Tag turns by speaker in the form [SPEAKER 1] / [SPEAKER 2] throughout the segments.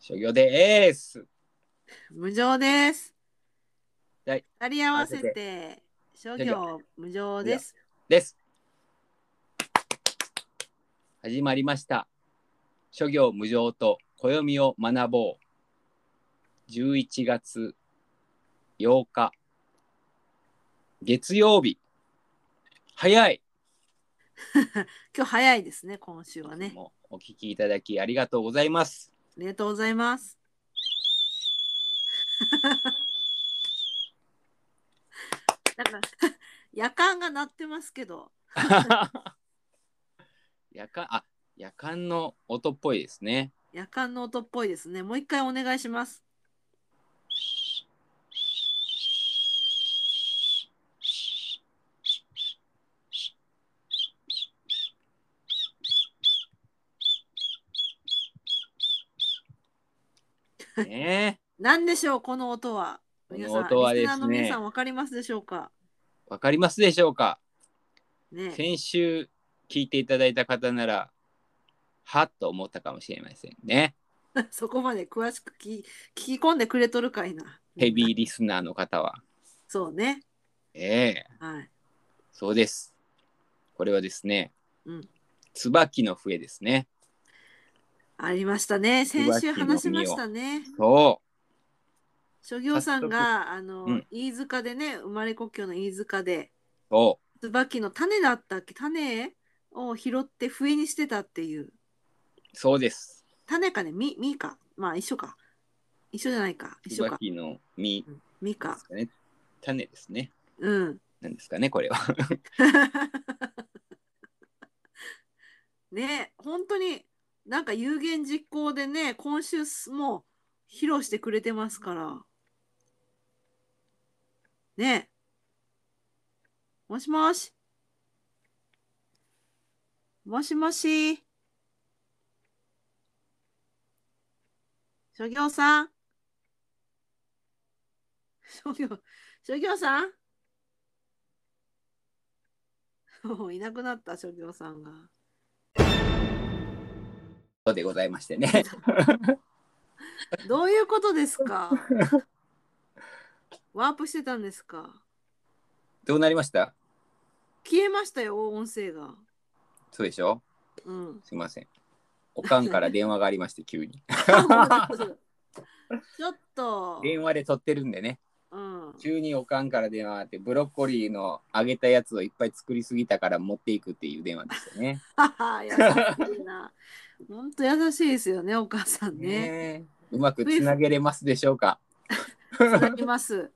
[SPEAKER 1] 諸行でーす。
[SPEAKER 2] 無常です。
[SPEAKER 1] はい
[SPEAKER 2] 二人合わせて、諸行無常です。
[SPEAKER 1] です。始まりました。諸行無常と暦を学ぼう。11月8日。月曜日。早い。
[SPEAKER 2] 今日早いですね、今週はね。あ
[SPEAKER 1] もうお聞きいただきありがとうございます。
[SPEAKER 2] りがとうございます。なんか、夜間が鳴ってますけど、
[SPEAKER 1] 夜間、あ、夜間の音っぽいですね。
[SPEAKER 2] 夜間の音っぽいですね。もう一回お願いします。
[SPEAKER 1] ね
[SPEAKER 2] 何でしょう、この音は。皆さん、
[SPEAKER 1] この音はですね
[SPEAKER 2] リスナーの皆さん、わかりますでしょうか。
[SPEAKER 1] え。わかりますでしょうか
[SPEAKER 2] ね。
[SPEAKER 1] 先週聞いていただいた方なら、はっと思ったかもしれませんね。
[SPEAKER 2] そこまで詳しく聞き聞き込んでくれとるかいな。
[SPEAKER 1] ヘビーリスナーの方は。
[SPEAKER 2] そうね。
[SPEAKER 1] ええ
[SPEAKER 2] はい。
[SPEAKER 1] そうです。これはですね、
[SPEAKER 2] うん
[SPEAKER 1] 椿の笛ですね。
[SPEAKER 2] ありましたね。先週話しましたね。
[SPEAKER 1] そ
[SPEAKER 2] 諸行さんがあの、
[SPEAKER 1] うん
[SPEAKER 2] 飯塚でね、生まれ故郷の飯塚で、
[SPEAKER 1] う、そ
[SPEAKER 2] 椿の種だったっけ種を拾って笛にしてたっていう。
[SPEAKER 1] う、そうです。
[SPEAKER 2] 種かね、み、みか。まあ一緒か。一緒じゃないか。一緒か。
[SPEAKER 1] 椿の実で
[SPEAKER 2] みか
[SPEAKER 1] す。かね。種ですね。
[SPEAKER 2] うん。
[SPEAKER 1] なんですかね、これは。
[SPEAKER 2] ね本当になんか有言実行でね今週すもう披露してくれてますからねもしもしもしもし諸行さん諸行諸行さん もういなくなった諸行さんが。
[SPEAKER 1] そうでございまして ね。
[SPEAKER 2] どういうことですかワープしてたんですか
[SPEAKER 1] どうなりました
[SPEAKER 2] 消えましたよ、音声が。
[SPEAKER 1] そうでしょ
[SPEAKER 2] うん。
[SPEAKER 1] すいません。おかんから電話がありまして、急に。
[SPEAKER 2] ちょっと、
[SPEAKER 1] 電話で撮ってるんでね。
[SPEAKER 2] うん、
[SPEAKER 1] 急におかんから電話があって、ブロッコリーの揚げたやつをいっぱい作りすぎたから持っていくっていう電話でしたね。
[SPEAKER 2] 優しいな。ほんと優しいですよね、お母さんね。
[SPEAKER 1] ねえうまくつなげれますでしょうか
[SPEAKER 2] いただきます。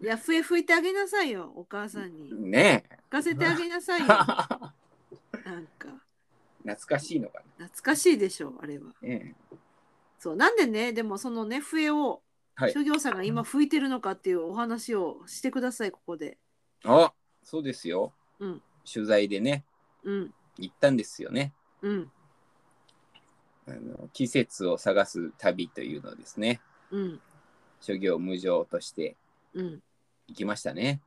[SPEAKER 2] いや、笛吹いてあげなさいよ、お母さんに。吹
[SPEAKER 1] ねえ。
[SPEAKER 2] かせてあげなさいよ。なん
[SPEAKER 1] 懐
[SPEAKER 2] か、
[SPEAKER 1] かしいのか
[SPEAKER 2] 懐かしいでしょ、あれは。
[SPEAKER 1] な。ね
[SPEAKER 2] そう、なんでね、でもそのね、笛を、
[SPEAKER 1] はい
[SPEAKER 2] 諸行さんが今吹いてるのかっていうお話をしてください、ここで。
[SPEAKER 1] え、あそうですよ。
[SPEAKER 2] うん
[SPEAKER 1] 取材でね、
[SPEAKER 2] うん
[SPEAKER 1] 行ったんですよね。
[SPEAKER 2] うん
[SPEAKER 1] あの季節を探す旅というのをですね、
[SPEAKER 2] うん
[SPEAKER 1] 諸行無常として
[SPEAKER 2] うん
[SPEAKER 1] 行きましたね。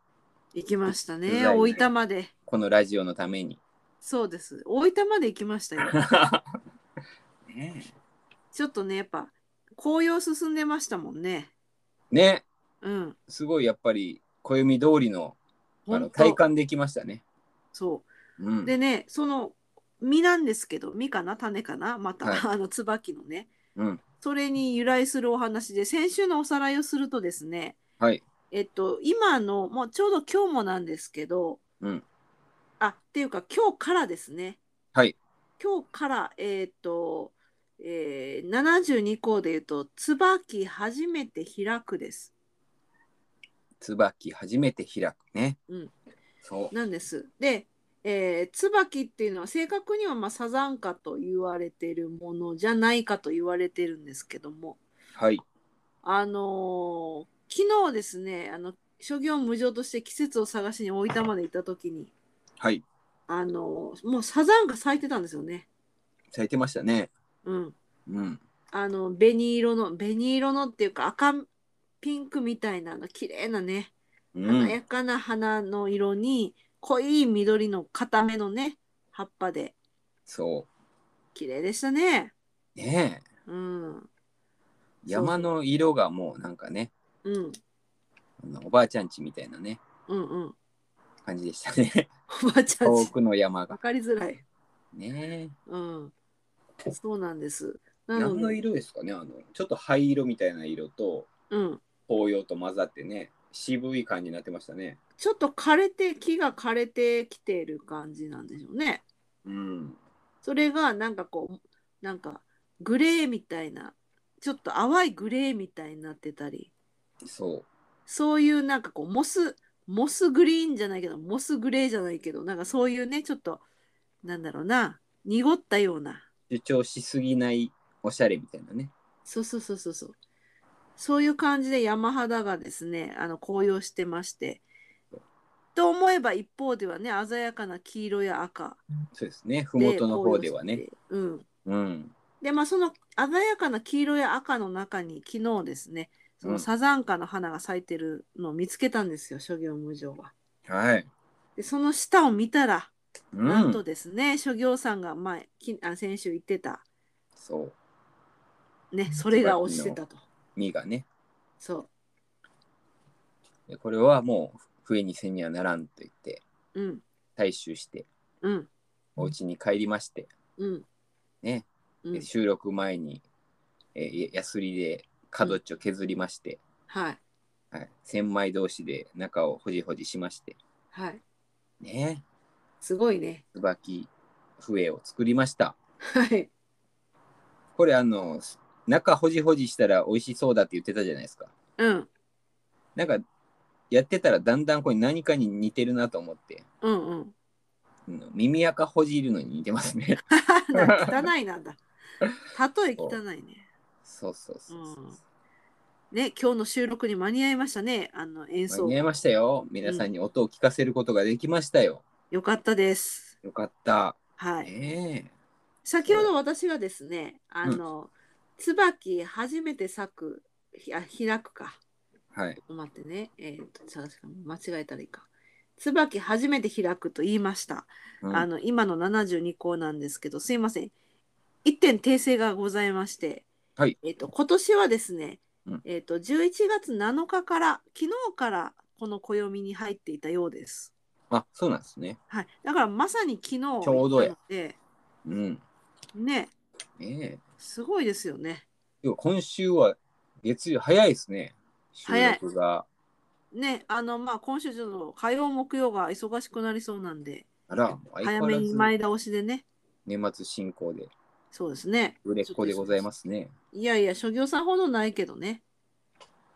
[SPEAKER 2] 行きました
[SPEAKER 1] 取
[SPEAKER 2] ね
[SPEAKER 1] 材
[SPEAKER 2] 大
[SPEAKER 1] ね
[SPEAKER 2] 分まで
[SPEAKER 1] このラジオのために。
[SPEAKER 2] そうです大分まで行きましたよ
[SPEAKER 1] ね
[SPEAKER 2] ちょっとねやっぱ紅葉進んでましたもんね
[SPEAKER 1] えね
[SPEAKER 2] うん
[SPEAKER 1] すごいやっぱり暦通りのあの
[SPEAKER 2] 本
[SPEAKER 1] 体
[SPEAKER 2] 当
[SPEAKER 1] 感できましたね。、
[SPEAKER 2] そううんでねその実なんですけど実かな種かなまた、
[SPEAKER 1] はい
[SPEAKER 2] あの椿のね
[SPEAKER 1] うん、
[SPEAKER 2] それに由来するお話で先週のおさらいをするとですね
[SPEAKER 1] はい、
[SPEAKER 2] えっと今のもうちょうど今日もなんですけど
[SPEAKER 1] うん、
[SPEAKER 2] あっていうか今日からですね
[SPEAKER 1] はい、
[SPEAKER 2] 今日から、えっとえー、72校でいうと「椿初めて開く」です。
[SPEAKER 1] 椿初めて開くね。
[SPEAKER 2] うん、
[SPEAKER 1] そう。
[SPEAKER 2] なんです。で、えー椿っていうのは正確にはまあサザンカと言われているものじゃないかと言われてるんですけども
[SPEAKER 1] はい。
[SPEAKER 2] あのー昨日ですねあの諸行無常として季節を探しに大分まで行った時に
[SPEAKER 1] はい。
[SPEAKER 2] あのーもうサザンカ咲いてたんですよね。
[SPEAKER 1] 咲いてましたね。
[SPEAKER 2] うん
[SPEAKER 1] うん。
[SPEAKER 2] あの紅色の紅色のっていうか赤ピンクみたいなの綺麗なね
[SPEAKER 1] う
[SPEAKER 2] 華
[SPEAKER 1] ん。
[SPEAKER 2] やかな花の色に濃い緑の固めのね葉っぱで
[SPEAKER 1] そ
[SPEAKER 2] 綺麗でしたね。
[SPEAKER 1] う。ねえ。
[SPEAKER 2] うん、
[SPEAKER 1] 山の色がもうなんかね、
[SPEAKER 2] うん
[SPEAKER 1] あのおばあちゃんちみたいなね、
[SPEAKER 2] うんうん。
[SPEAKER 1] 感じでしたね。
[SPEAKER 2] おばあちゃん
[SPEAKER 1] 遠
[SPEAKER 2] ち。
[SPEAKER 1] くの山
[SPEAKER 2] わ
[SPEAKER 1] が。
[SPEAKER 2] かりづらい。
[SPEAKER 1] ね
[SPEAKER 2] うん。そうなんです。なの
[SPEAKER 1] 何の
[SPEAKER 2] で、
[SPEAKER 1] 色ですかねあの、ちょっと灰色みたいな色と、
[SPEAKER 2] うん。
[SPEAKER 1] 紅葉と混ざってね、渋い感じになってましたね。
[SPEAKER 2] ちょっと枯れて、木が枯れてきている感じなんでしょうね。
[SPEAKER 1] うん。
[SPEAKER 2] それがなんかこう、なんかグレーみたいな、ちょっと淡いグレーみたいになってたり、
[SPEAKER 1] そう。
[SPEAKER 2] そういうなんかこう、モス、モスグリーンじゃないけど、モスグレーじゃないけど、なんかそういうね、ちょっと、なんだろうな、濁ったような、
[SPEAKER 1] 主張しすぎないおしゃれみたいなね。
[SPEAKER 2] そうそうそうそうそう。そういう感じで山肌がですね、あの紅葉してまして。と思えば一方ではね、鮮やかな黄色や赤
[SPEAKER 1] そうですね。ふ
[SPEAKER 2] で
[SPEAKER 1] もとの方ではね。
[SPEAKER 2] 紅葉しててうん。
[SPEAKER 1] うん。
[SPEAKER 2] で、まあその鮮やかな黄色や赤の中に昨日ですね、そのサザンカの花が咲いてるのを見つけたんですよ、諸行無常は。
[SPEAKER 1] はい。
[SPEAKER 2] で、その下を見たら、
[SPEAKER 1] う
[SPEAKER 2] なんと
[SPEAKER 1] ん。
[SPEAKER 2] ですね、諸行さんが前きあ先週言ってた、
[SPEAKER 1] そう。
[SPEAKER 2] ね、それが落ちてたと。
[SPEAKER 1] 実がね。
[SPEAKER 2] そ
[SPEAKER 1] でこれはもう、笛にせにはならんと言って、
[SPEAKER 2] う。うん。
[SPEAKER 1] 採集して、
[SPEAKER 2] うん。
[SPEAKER 1] お家に帰りまして、
[SPEAKER 2] うん。
[SPEAKER 1] ね。
[SPEAKER 2] う
[SPEAKER 1] で
[SPEAKER 2] ん。
[SPEAKER 1] 収録前に、えーややすりで角っちょ削りまして、
[SPEAKER 2] はい。
[SPEAKER 1] はい、千枚同士で中をほじほじしまして、
[SPEAKER 2] はい。
[SPEAKER 1] ね。
[SPEAKER 2] すごいね。
[SPEAKER 1] 椿笛を作りました。
[SPEAKER 2] はい。
[SPEAKER 1] これあの、中ほじほじしたら美味しそうだって言ってたじゃないですか。
[SPEAKER 2] うん。
[SPEAKER 1] なんかやってたらだんだんこれ何かに似てるなと思って、
[SPEAKER 2] うんうん。
[SPEAKER 1] うん耳垢ほじるのに似てますね。
[SPEAKER 2] なんか汚いなんだ。例え汚いね。
[SPEAKER 1] そうそうそうそう
[SPEAKER 2] うんね、今日の収録に間に合いましたね。あの演
[SPEAKER 1] 間
[SPEAKER 2] 奏
[SPEAKER 1] に合。いましたよ。皆さんに音を聞かせることができましたよ。
[SPEAKER 2] よかったです。
[SPEAKER 1] よかった。
[SPEAKER 2] はい。
[SPEAKER 1] ねえ
[SPEAKER 2] 先ほど私がですね、あの、椿初めて咲く、ひあ、開くか。
[SPEAKER 1] はい。
[SPEAKER 2] ちょっと待ってね。えー、と、確かに間違えたらいいか。椿初めて開くと言いました。
[SPEAKER 1] うん
[SPEAKER 2] あの、今の72項なんですけど、すいません。一点訂正がございまして、
[SPEAKER 1] はい
[SPEAKER 2] えっ、と、今年はですね、
[SPEAKER 1] うん
[SPEAKER 2] えっ、と、11月7日から、昨日からこの暦に入っていたようです。
[SPEAKER 1] あ、そうなんですね。
[SPEAKER 2] はい。だからまさに昨日ち
[SPEAKER 1] ちょうどや
[SPEAKER 2] で、
[SPEAKER 1] うん。
[SPEAKER 2] ね、
[SPEAKER 1] ねえ。
[SPEAKER 2] すごいですよね。
[SPEAKER 1] でも今週は月曜早いですね。収
[SPEAKER 2] 早い
[SPEAKER 1] 録が。
[SPEAKER 2] ね、あの、まあ、今週ちょっと火曜、木曜が忙しくなりそうなんで、
[SPEAKER 1] あら、相変
[SPEAKER 2] 早
[SPEAKER 1] わ
[SPEAKER 2] め
[SPEAKER 1] ら
[SPEAKER 2] に
[SPEAKER 1] ず
[SPEAKER 2] 前倒しでね、
[SPEAKER 1] 年末進行で
[SPEAKER 2] そうですね。
[SPEAKER 1] 売れっ子でございますね。
[SPEAKER 2] いやいや、諸行さんほどないけどね。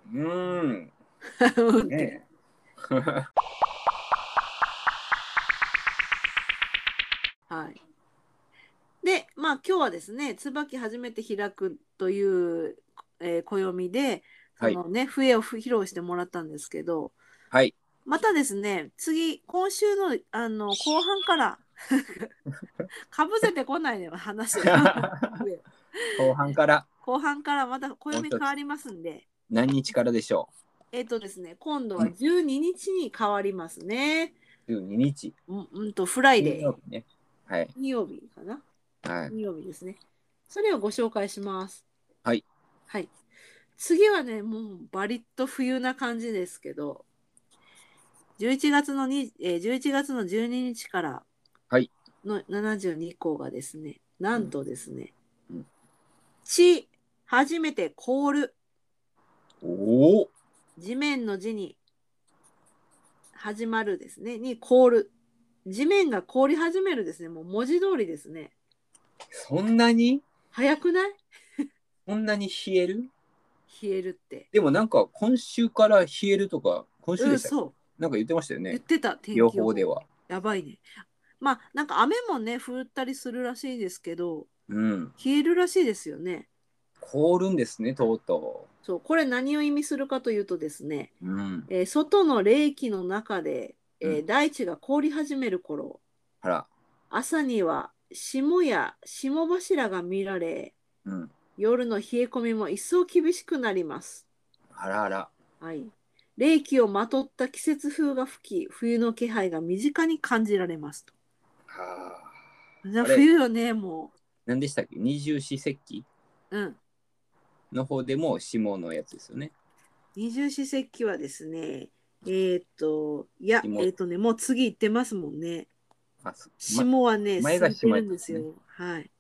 [SPEAKER 1] うーん。ね
[SPEAKER 2] はい。で、まあ今日はですね、椿初めて開くという、えー、暦で、そ
[SPEAKER 1] はい
[SPEAKER 2] のね、笛をふ披露してもらったんですけど、
[SPEAKER 1] はい。
[SPEAKER 2] またですね、次、今週の、あの、後 半から、かぶせてこないね、話 が。笛
[SPEAKER 1] 後半から
[SPEAKER 2] 後半からまた暦変わりますんで、
[SPEAKER 1] 何日からでしょ
[SPEAKER 2] えっ、とですね、今度は12日に変わりますね。
[SPEAKER 1] う ?12 日。
[SPEAKER 2] うん、うんと、フライ
[SPEAKER 1] 金
[SPEAKER 2] デー
[SPEAKER 1] 曜。日ね。はい。
[SPEAKER 2] 金曜日かな
[SPEAKER 1] はい。
[SPEAKER 2] 金曜日ですね。それをご紹介します。
[SPEAKER 1] はい。
[SPEAKER 2] はい。次はね、もうバリッと冬な感じですけど、11月のに、えー、11月の12日から
[SPEAKER 1] はい
[SPEAKER 2] の72項がですね、なんとですね、
[SPEAKER 1] うんうん
[SPEAKER 2] 地、初めて凍る、
[SPEAKER 1] おお。
[SPEAKER 2] 地面の地に、始まるですね、に凍る。地面が凍り始めるですね、もう文字通りですね。
[SPEAKER 1] そんなに
[SPEAKER 2] 早くない
[SPEAKER 1] こんなに冷える
[SPEAKER 2] 冷えるって。
[SPEAKER 1] でもなんか今週から冷えるとか、今週
[SPEAKER 2] う
[SPEAKER 1] で
[SPEAKER 2] ん、
[SPEAKER 1] したっけ
[SPEAKER 2] そう。
[SPEAKER 1] なんか言ってましたよ
[SPEAKER 2] 言っ
[SPEAKER 1] ね。
[SPEAKER 2] てた、天気
[SPEAKER 1] 予報で。は。
[SPEAKER 2] やばいね。まあ、なんか雨もね、降ったりするらしいですけど、
[SPEAKER 1] うん。
[SPEAKER 2] 冷えるらしいですよね。
[SPEAKER 1] 凍るんですね、とうと
[SPEAKER 2] そう、これ何を意味するかというとですね、
[SPEAKER 1] う。うん。
[SPEAKER 2] えー外の冷気の中で、えー
[SPEAKER 1] うん
[SPEAKER 2] 大地が凍り始める頃、
[SPEAKER 1] あら。
[SPEAKER 2] 朝には霜や霜柱が見られ、
[SPEAKER 1] うん。
[SPEAKER 2] 夜の冷え込みも一層厳しくなります。
[SPEAKER 1] あらあら。
[SPEAKER 2] はい。冷気をまとった季節風が吹き、冬の気配が身近に感じられますと。
[SPEAKER 1] はあ。
[SPEAKER 2] じゃあ
[SPEAKER 1] あれ
[SPEAKER 2] 冬よね、も
[SPEAKER 1] 何でしたっけ二十四節気
[SPEAKER 2] う。うん。
[SPEAKER 1] の方でも下のやつですよね。
[SPEAKER 2] 二十四節気はですね、えーっと、いや、え
[SPEAKER 1] 霜
[SPEAKER 2] ーっとね、もう次行ってますもんね。
[SPEAKER 1] あそま
[SPEAKER 2] 霜はね、
[SPEAKER 1] 前
[SPEAKER 2] 前
[SPEAKER 1] が
[SPEAKER 2] が
[SPEAKER 1] 霜
[SPEAKER 2] て
[SPEAKER 1] やった
[SPEAKER 2] るん
[SPEAKER 1] んで
[SPEAKER 2] ですす
[SPEAKER 1] ね
[SPEAKER 2] よ。はい。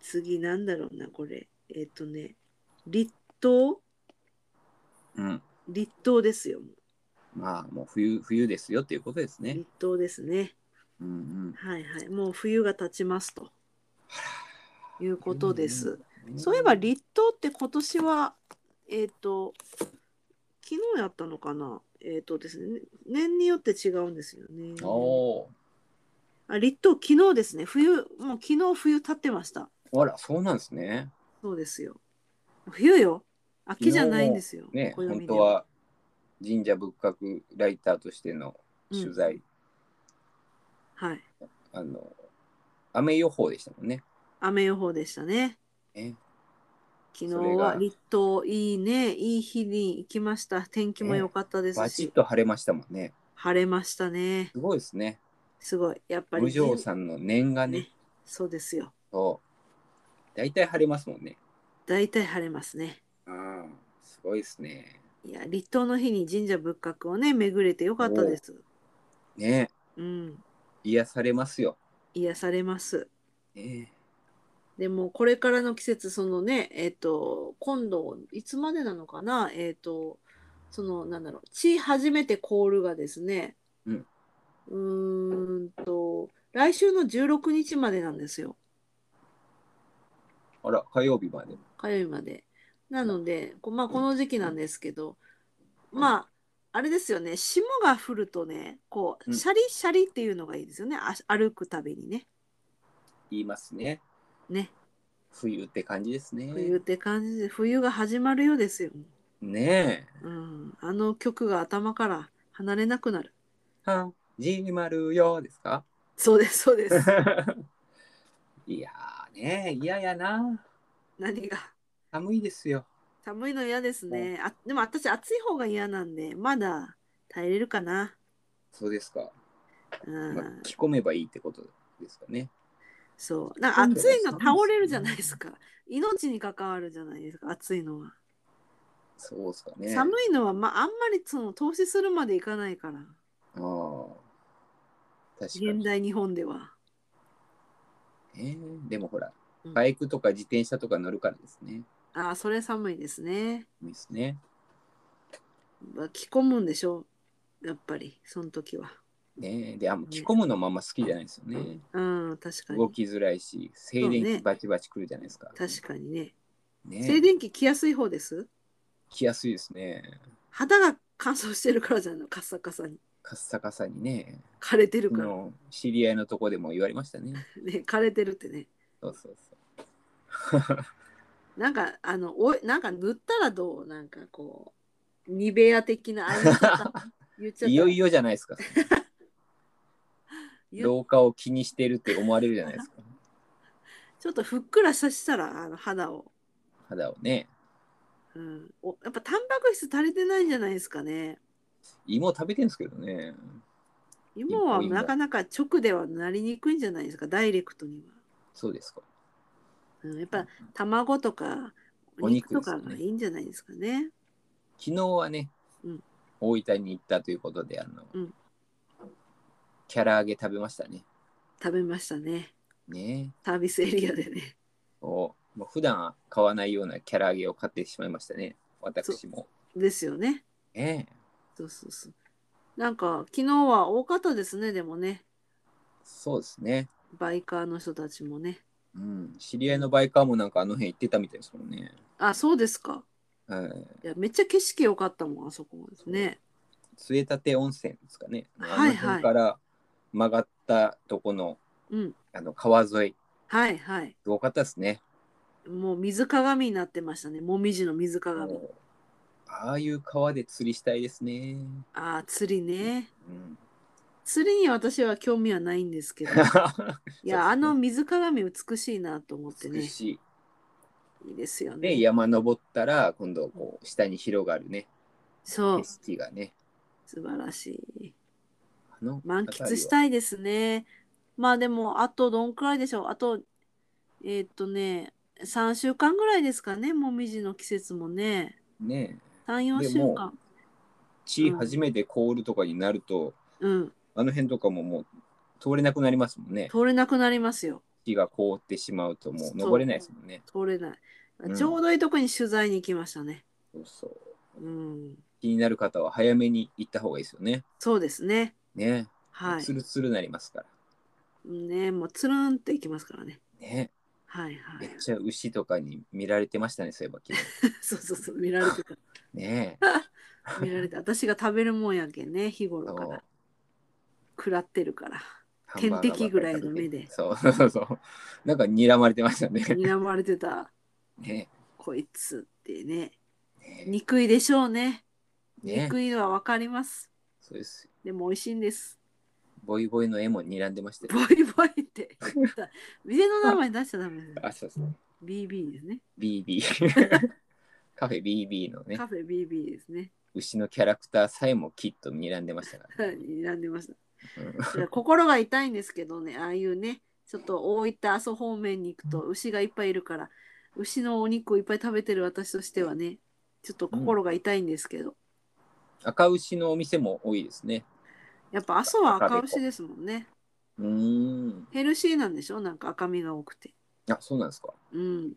[SPEAKER 2] 次なんだろうな、これ。えーっとね、立冬
[SPEAKER 1] うん、
[SPEAKER 2] 立冬ですよ。
[SPEAKER 1] まあもう冬冬ですよっていうことですね。
[SPEAKER 2] 立冬ですね。
[SPEAKER 1] うんうん、
[SPEAKER 2] はいはい。もう冬が経ちますと。いうことです。
[SPEAKER 1] ん
[SPEAKER 2] そういえば立冬って今年は、えっ、と、昨日やったのかなえっ、とですね、年によって違うんですよね。
[SPEAKER 1] お
[SPEAKER 2] あ立冬、昨日ですね、冬、もう昨日冬経ってました。
[SPEAKER 1] ーあらそうなんですね。
[SPEAKER 2] そうですよ。冬よ。秋じゃないんですよ。
[SPEAKER 1] ね
[SPEAKER 2] 暦
[SPEAKER 1] 本
[SPEAKER 2] で
[SPEAKER 1] 当は神社仏閣ライターとしての取材、
[SPEAKER 2] はい。
[SPEAKER 1] あの雨予報でしたもんね。
[SPEAKER 2] 雨予報でしたね。
[SPEAKER 1] ね
[SPEAKER 2] 昨日
[SPEAKER 1] それ
[SPEAKER 2] は
[SPEAKER 1] が
[SPEAKER 2] 立冬、いいね、いい日に行きました。天気も良かったです
[SPEAKER 1] バチッ
[SPEAKER 2] し、
[SPEAKER 1] と晴れましたもんね。
[SPEAKER 2] 晴れましたね。
[SPEAKER 1] すごいですね。
[SPEAKER 2] すごい。やっぱり、
[SPEAKER 1] 無常さんの念がね
[SPEAKER 2] ね、そうですよ。
[SPEAKER 1] そう大体晴れますもんね。
[SPEAKER 2] 大体晴れますね。
[SPEAKER 1] ああ、すごいですね。
[SPEAKER 2] いや、立冬の日に神社仏閣をね、巡れてよかったです。
[SPEAKER 1] ね
[SPEAKER 2] うん、
[SPEAKER 1] 癒されますよ。
[SPEAKER 2] 癒されます。
[SPEAKER 1] ね
[SPEAKER 2] でも、これからの季節、そのね、えっ、と、今度、いつまでなのかな、えっ、と、その、なんだろう、地初めて凍るがですね、
[SPEAKER 1] うん
[SPEAKER 2] うーんと、来週の16日までなんですよ、
[SPEAKER 1] あら、火曜日まで。
[SPEAKER 2] 火曜日まで。なので、こまあ、この時期なんですけど、まあ、あれですよね、霜が降るとね、こ
[SPEAKER 1] う
[SPEAKER 2] う、
[SPEAKER 1] ん
[SPEAKER 2] シャリシャリっていうのがいいですよね、あ歩くたびにね。
[SPEAKER 1] 言いますね。
[SPEAKER 2] ね、
[SPEAKER 1] 冬って感じですね。
[SPEAKER 2] 冬って感じで、冬が始まるようですよ。
[SPEAKER 1] ね
[SPEAKER 2] うん、あの曲が頭から離れなくなる。
[SPEAKER 1] え。はじまるよですか
[SPEAKER 2] そうです、そうです。
[SPEAKER 1] いやーね嫌やな。
[SPEAKER 2] 何が。
[SPEAKER 1] 寒いですよ。
[SPEAKER 2] 寒いの嫌ですね。あでも私、暑い方が嫌なんで、まだ耐えれるかな。
[SPEAKER 1] そうですか。
[SPEAKER 2] う
[SPEAKER 1] まあ
[SPEAKER 2] ん、
[SPEAKER 1] 着込めばいいってことですかね。
[SPEAKER 2] そう。なんか暑いの倒れるじゃないですか。命に関わるじゃないですか、暑いのは。
[SPEAKER 1] そうですかね。
[SPEAKER 2] 寒いのは、まあ、あんまりその投資するまでいかないから、
[SPEAKER 1] あー確か
[SPEAKER 2] 現代日本では。
[SPEAKER 1] にね。でもほら
[SPEAKER 2] う、ん
[SPEAKER 1] バイクとか自転車とか乗るからですね。
[SPEAKER 2] ああ、それ寒いですね。
[SPEAKER 1] いいですね。
[SPEAKER 2] まあ着込むんでしょう、やっぱり、その時は。
[SPEAKER 1] ねえであんま着込むのもあんま好きじゃないですよね。
[SPEAKER 2] うん、確か
[SPEAKER 1] 動
[SPEAKER 2] に。
[SPEAKER 1] きづらいし、静電
[SPEAKER 2] そう
[SPEAKER 1] 気
[SPEAKER 2] ね
[SPEAKER 1] バチバチくるじゃないですか。
[SPEAKER 2] 確かにね。静
[SPEAKER 1] ねえ
[SPEAKER 2] 電気来やすい方です。
[SPEAKER 1] 着やすいですね。
[SPEAKER 2] 肌が乾燥してるからじゃないの、カッサカサに。
[SPEAKER 1] カッサカサにね。
[SPEAKER 2] 枯れてる
[SPEAKER 1] あ
[SPEAKER 2] から。
[SPEAKER 1] の知り合いのとこでも言われましたね。
[SPEAKER 2] ね、枯れてるってね。
[SPEAKER 1] そうそうそう。
[SPEAKER 2] なんか、あの、おいなんか塗ったらどうなんかこう、ニベア的な、あ言っちゃった。 言っちゃった
[SPEAKER 1] いよいよじゃないですか。
[SPEAKER 2] 言っ
[SPEAKER 1] 老化を気にしてるって思われるじゃないです か。
[SPEAKER 2] ちょっとふっくらさせたら、あの肌を。
[SPEAKER 1] 肌をね。
[SPEAKER 2] うん、おやっぱタンパク質足りてないんじゃないですかね。
[SPEAKER 1] 芋食べてるんですけどね。
[SPEAKER 2] 芋は
[SPEAKER 1] 芋芋
[SPEAKER 2] なかなか直ではなりにくいんじゃないですか、ダイレクトには。
[SPEAKER 1] そうですか。
[SPEAKER 2] うん、やっぱ卵とか
[SPEAKER 1] お
[SPEAKER 2] お
[SPEAKER 1] 肉
[SPEAKER 2] 肉
[SPEAKER 1] で
[SPEAKER 2] と
[SPEAKER 1] すね
[SPEAKER 2] かがいいんじゃないですかね。
[SPEAKER 1] 昨日はね、
[SPEAKER 2] うん
[SPEAKER 1] 大分に行ったということで、あの、
[SPEAKER 2] うん
[SPEAKER 1] キャラ揚げ食べましたね。
[SPEAKER 2] 食べましたね。
[SPEAKER 1] ね
[SPEAKER 2] サービスエリアでね。
[SPEAKER 1] おもう普段買わないようなキャラ揚げを買ってしまいましたね。私も。
[SPEAKER 2] ですよね。
[SPEAKER 1] ねえ
[SPEAKER 2] そうそうそう。なんか昨日は多かったですね、でもね。
[SPEAKER 1] そうですね。
[SPEAKER 2] バイカーの人たちもね。
[SPEAKER 1] うん、知り合いのバイカーもなんかあの辺行ってたみたいですもんね。
[SPEAKER 2] あ、そうですか。
[SPEAKER 1] うん、
[SPEAKER 2] いや、めっちゃ景色良かったもん、あそこですね。
[SPEAKER 1] 杖立温泉ですかね。
[SPEAKER 2] はいはい
[SPEAKER 1] あの辺から曲がったとこの
[SPEAKER 2] うん。
[SPEAKER 1] あの川沿い、
[SPEAKER 2] はいはい。
[SPEAKER 1] すごかったですね。
[SPEAKER 2] もう水鏡になってましたね。もみじの水鏡。
[SPEAKER 1] もうああいう川で釣りしたいですね。
[SPEAKER 2] ああ、釣りね。
[SPEAKER 1] うん、
[SPEAKER 2] 釣りに私は興味はないんです けど。いや、あの水鏡美しいなと思って
[SPEAKER 1] 美
[SPEAKER 2] ね。
[SPEAKER 1] しい。
[SPEAKER 2] いいですよ
[SPEAKER 1] で
[SPEAKER 2] ね。
[SPEAKER 1] 山登ったら今度こう下に広がるね
[SPEAKER 2] そう
[SPEAKER 1] 景。色がね
[SPEAKER 2] 素晴らしい。
[SPEAKER 1] あの
[SPEAKER 2] 満喫し
[SPEAKER 1] い
[SPEAKER 2] たいですね。まあでも、あとどんくらいでしょう。あと、えーっとね、 3週間ぐらいですかね、もみじの季節もね。
[SPEAKER 1] ねえ
[SPEAKER 2] 3、4
[SPEAKER 1] で
[SPEAKER 2] 週
[SPEAKER 1] も
[SPEAKER 2] 間。
[SPEAKER 1] 地初めて凍るとかになると、
[SPEAKER 2] うん。
[SPEAKER 1] あの辺とかももう通れなくなりますもんね
[SPEAKER 2] 通れなくなりますよ。
[SPEAKER 1] 木が凍ってしまうとも
[SPEAKER 2] そう
[SPEAKER 1] う登れないですもんね
[SPEAKER 2] 通れない。
[SPEAKER 1] うん
[SPEAKER 2] ちょうどいいとこに取材に行きましたね。
[SPEAKER 1] そうそう
[SPEAKER 2] うん。
[SPEAKER 1] 気になる方は早めに行った方がいいですよね
[SPEAKER 2] そうですね。
[SPEAKER 1] ね
[SPEAKER 2] は
[SPEAKER 1] ツ
[SPEAKER 2] い。
[SPEAKER 1] ルツルなりますから
[SPEAKER 2] ね、もうつるんって行きますからね。
[SPEAKER 1] ね
[SPEAKER 2] はい
[SPEAKER 1] め
[SPEAKER 2] はい
[SPEAKER 1] っ。ちゃ牛とかに見られてましたねそういえば昨日
[SPEAKER 2] そうそうそう、見られてた。
[SPEAKER 1] ね
[SPEAKER 2] 見られて、私が食べるもんやけんね、日頃か
[SPEAKER 1] そう
[SPEAKER 2] ら。食らって るから。
[SPEAKER 1] ハンバーガーばっかり食べて
[SPEAKER 2] 天敵ぐらいの目で
[SPEAKER 1] そうそうそうそうなんか睨まれてましたね
[SPEAKER 2] 睨まれてた、
[SPEAKER 1] ね
[SPEAKER 2] こいつってね。
[SPEAKER 1] ね
[SPEAKER 2] 憎いでしょうね。
[SPEAKER 1] ね
[SPEAKER 2] 憎いのはわかります。
[SPEAKER 1] そうです
[SPEAKER 2] でも美味しいんです。
[SPEAKER 1] ボイボイの絵も睨んでました
[SPEAKER 2] ボ
[SPEAKER 1] よ
[SPEAKER 2] イボイって言った。店の名前出しちゃダメですね。
[SPEAKER 1] あそうそう
[SPEAKER 2] BB ですね。
[SPEAKER 1] BB カフェ BB のね
[SPEAKER 2] カフェ BB ですね。
[SPEAKER 1] 牛のキャラクターさえもきっと睨んでましたか
[SPEAKER 2] はい睨んでました。
[SPEAKER 1] ら、ね
[SPEAKER 2] だから心が痛いんですけどね、ああいうね、ちょっと大分、阿蘇方面に行くと牛がいっぱいいるから、牛のお肉をいっぱい食べてる私としてはね、ちょっと心が痛いんですけど、
[SPEAKER 1] 赤牛のお店も多いですね
[SPEAKER 2] やっぱ阿蘇は赤牛ですもんね。
[SPEAKER 1] うーん
[SPEAKER 2] ヘルシーなんでしょなんか赤身が多くて。
[SPEAKER 1] あそうなんですか
[SPEAKER 2] うん。
[SPEAKER 1] うん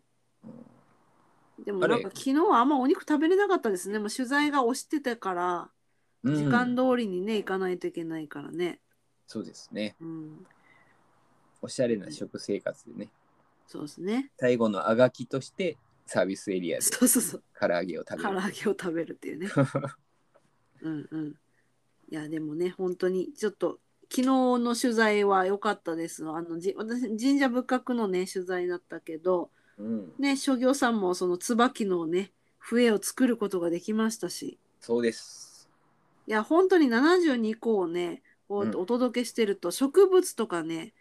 [SPEAKER 2] でもなんか
[SPEAKER 1] あれ
[SPEAKER 2] 昨日はあんまお肉食べれなかったですね。もう取材が押してたから、
[SPEAKER 1] うん
[SPEAKER 2] 時間通りにね、行かないといけないからね。
[SPEAKER 1] そうですね
[SPEAKER 2] うん。
[SPEAKER 1] おしゃれな食生活でね
[SPEAKER 2] そうですね。
[SPEAKER 1] 最後のあがきとしてサービスエリアで
[SPEAKER 2] そうそうそう。
[SPEAKER 1] 唐揚げを食べ
[SPEAKER 2] 唐揚
[SPEAKER 1] る
[SPEAKER 2] げを食べるって いうね。うんうん。いやでもね本当にちょっと昨日の取材は良かったです。あのじ私神社仏閣のね取材だったけど
[SPEAKER 1] うん
[SPEAKER 2] ね諸行さんもその椿のね笛を作ることができましたし
[SPEAKER 1] そうです
[SPEAKER 2] いや本当に72個をねお
[SPEAKER 1] うん
[SPEAKER 2] お届けしてると植物とかね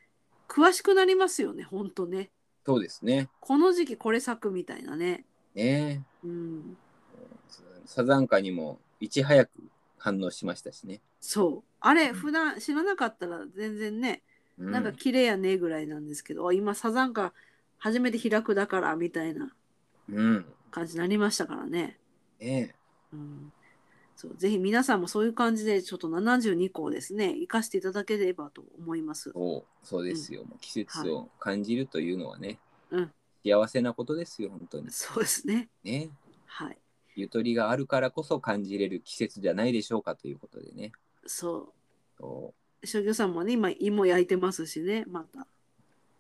[SPEAKER 2] 詳しくなりますよね本当ね。
[SPEAKER 1] そうですね
[SPEAKER 2] この時期これ咲くみたいなね。
[SPEAKER 1] ね
[SPEAKER 2] うん、
[SPEAKER 1] サザンカにもいち早く反応しましたしね、
[SPEAKER 2] そうあれ
[SPEAKER 1] うん
[SPEAKER 2] 普段知らなかったら全然ね
[SPEAKER 1] う
[SPEAKER 2] なんか綺麗やねぐらいなんですけど、あ今サザンカ初めて開くだからみたいな
[SPEAKER 1] うん
[SPEAKER 2] 感じになりましたからね。
[SPEAKER 1] ね
[SPEAKER 2] うん、そうぜひ皆さんもそういう感じでちょっと72個をですね生かしていただければと思います。
[SPEAKER 1] そうそうですよ、もう季節を感じるというのはね、
[SPEAKER 2] うん
[SPEAKER 1] 幸せなことですよ本当に
[SPEAKER 2] そうですね。
[SPEAKER 1] ね
[SPEAKER 2] はい。
[SPEAKER 1] ゆとりがあるからこそ感じれる季節じゃないでしょうかということでね
[SPEAKER 2] そ。
[SPEAKER 1] そう
[SPEAKER 2] 諸魚さんもね今芋焼いてますしねまた。
[SPEAKER 1] う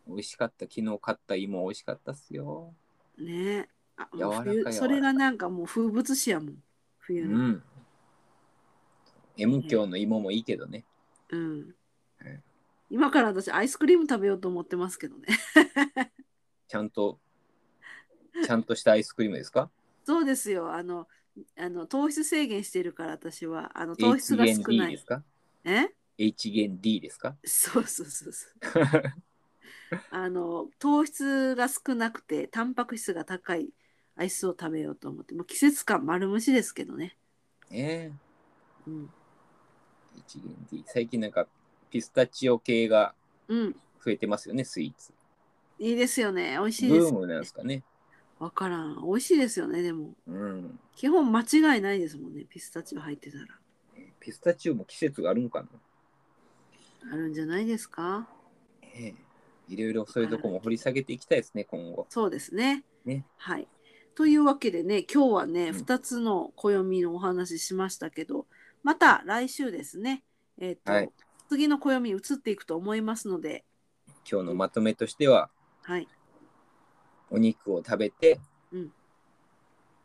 [SPEAKER 1] 美味しかった昨日買った芋美味しかったっすよ
[SPEAKER 2] ねあも
[SPEAKER 1] 柔らかい
[SPEAKER 2] う
[SPEAKER 1] 柔ら
[SPEAKER 2] 冬
[SPEAKER 1] かい
[SPEAKER 2] それがなんかもう風物詩やもん
[SPEAKER 1] う
[SPEAKER 2] 冬の。
[SPEAKER 1] ん M 教の芋もいいけどね
[SPEAKER 2] うん
[SPEAKER 1] うん
[SPEAKER 2] 今から私アイスクリーム食べようと思ってますけどね。
[SPEAKER 1] ちゃんとちゃんとしたアイスクリームですか
[SPEAKER 2] そうですよ。あの、あの糖質制限してるから、私は、あの糖質が少
[SPEAKER 1] ?H
[SPEAKER 2] な
[SPEAKER 1] 限 D で
[SPEAKER 2] い
[SPEAKER 1] す。か
[SPEAKER 2] え、
[SPEAKER 1] ?H 限 D ですか
[SPEAKER 2] そうそうそう そう。あの糖質が少なくて、タンパク質が高いアイスを食べようと思って、もう季節感丸虫ですけどね。
[SPEAKER 1] ね
[SPEAKER 2] うん、
[SPEAKER 1] H 限 D 最近なんかピスタチオ系が
[SPEAKER 2] うん、
[SPEAKER 1] 増えてますよねスイーツ
[SPEAKER 2] いいですよね。美味しいで
[SPEAKER 1] ブ
[SPEAKER 2] す
[SPEAKER 1] ー。ムなんですかね
[SPEAKER 2] わからん。美味しいですよね。でも、
[SPEAKER 1] うん
[SPEAKER 2] 基本間違いないですもんね。ピスタチオ入ってたら。
[SPEAKER 1] ピスタチオも季節があるのかな、
[SPEAKER 2] あるんじゃないですか。
[SPEAKER 1] ねえいろいろそういうとこも掘り下げていきたいですね今後
[SPEAKER 2] そうですね。
[SPEAKER 1] ね
[SPEAKER 2] はい。というわけでね、今日はね、
[SPEAKER 1] うん
[SPEAKER 2] 2つの暦のお話ししましたけど、また来週ですね、えっ、と、
[SPEAKER 1] はい
[SPEAKER 2] 次の暦に移っていくと思いますので、
[SPEAKER 1] 今日のまとめとしては
[SPEAKER 2] はい。
[SPEAKER 1] お肉を食べて、
[SPEAKER 2] うん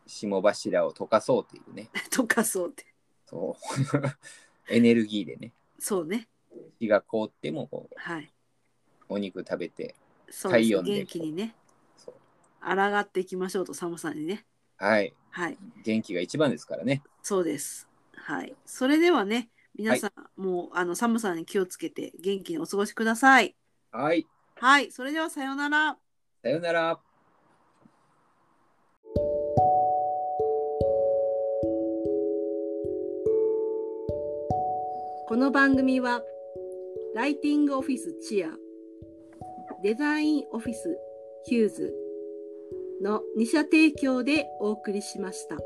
[SPEAKER 1] 霜柱を溶かそうというね
[SPEAKER 2] とかそうって、
[SPEAKER 1] そう エネルギーでね
[SPEAKER 2] そうね。
[SPEAKER 1] 火が凍ってもこう
[SPEAKER 2] はい。
[SPEAKER 1] お肉食べて
[SPEAKER 2] そうです
[SPEAKER 1] 体温で
[SPEAKER 2] 元気にね、
[SPEAKER 1] そう
[SPEAKER 2] 抗っていきましょうと、寒さにね。
[SPEAKER 1] はい
[SPEAKER 2] はい。
[SPEAKER 1] 元気が一番ですからね
[SPEAKER 2] そうです。はい。それではね、皆さん、もうあの寒さに気をつけて、元気にお過ごしください。
[SPEAKER 1] はい
[SPEAKER 2] はい。それでは、さようなら。
[SPEAKER 1] さようなら
[SPEAKER 2] この番組はライティングオフィスチアデザインオフィスヒューズの2社提供でお送りしました。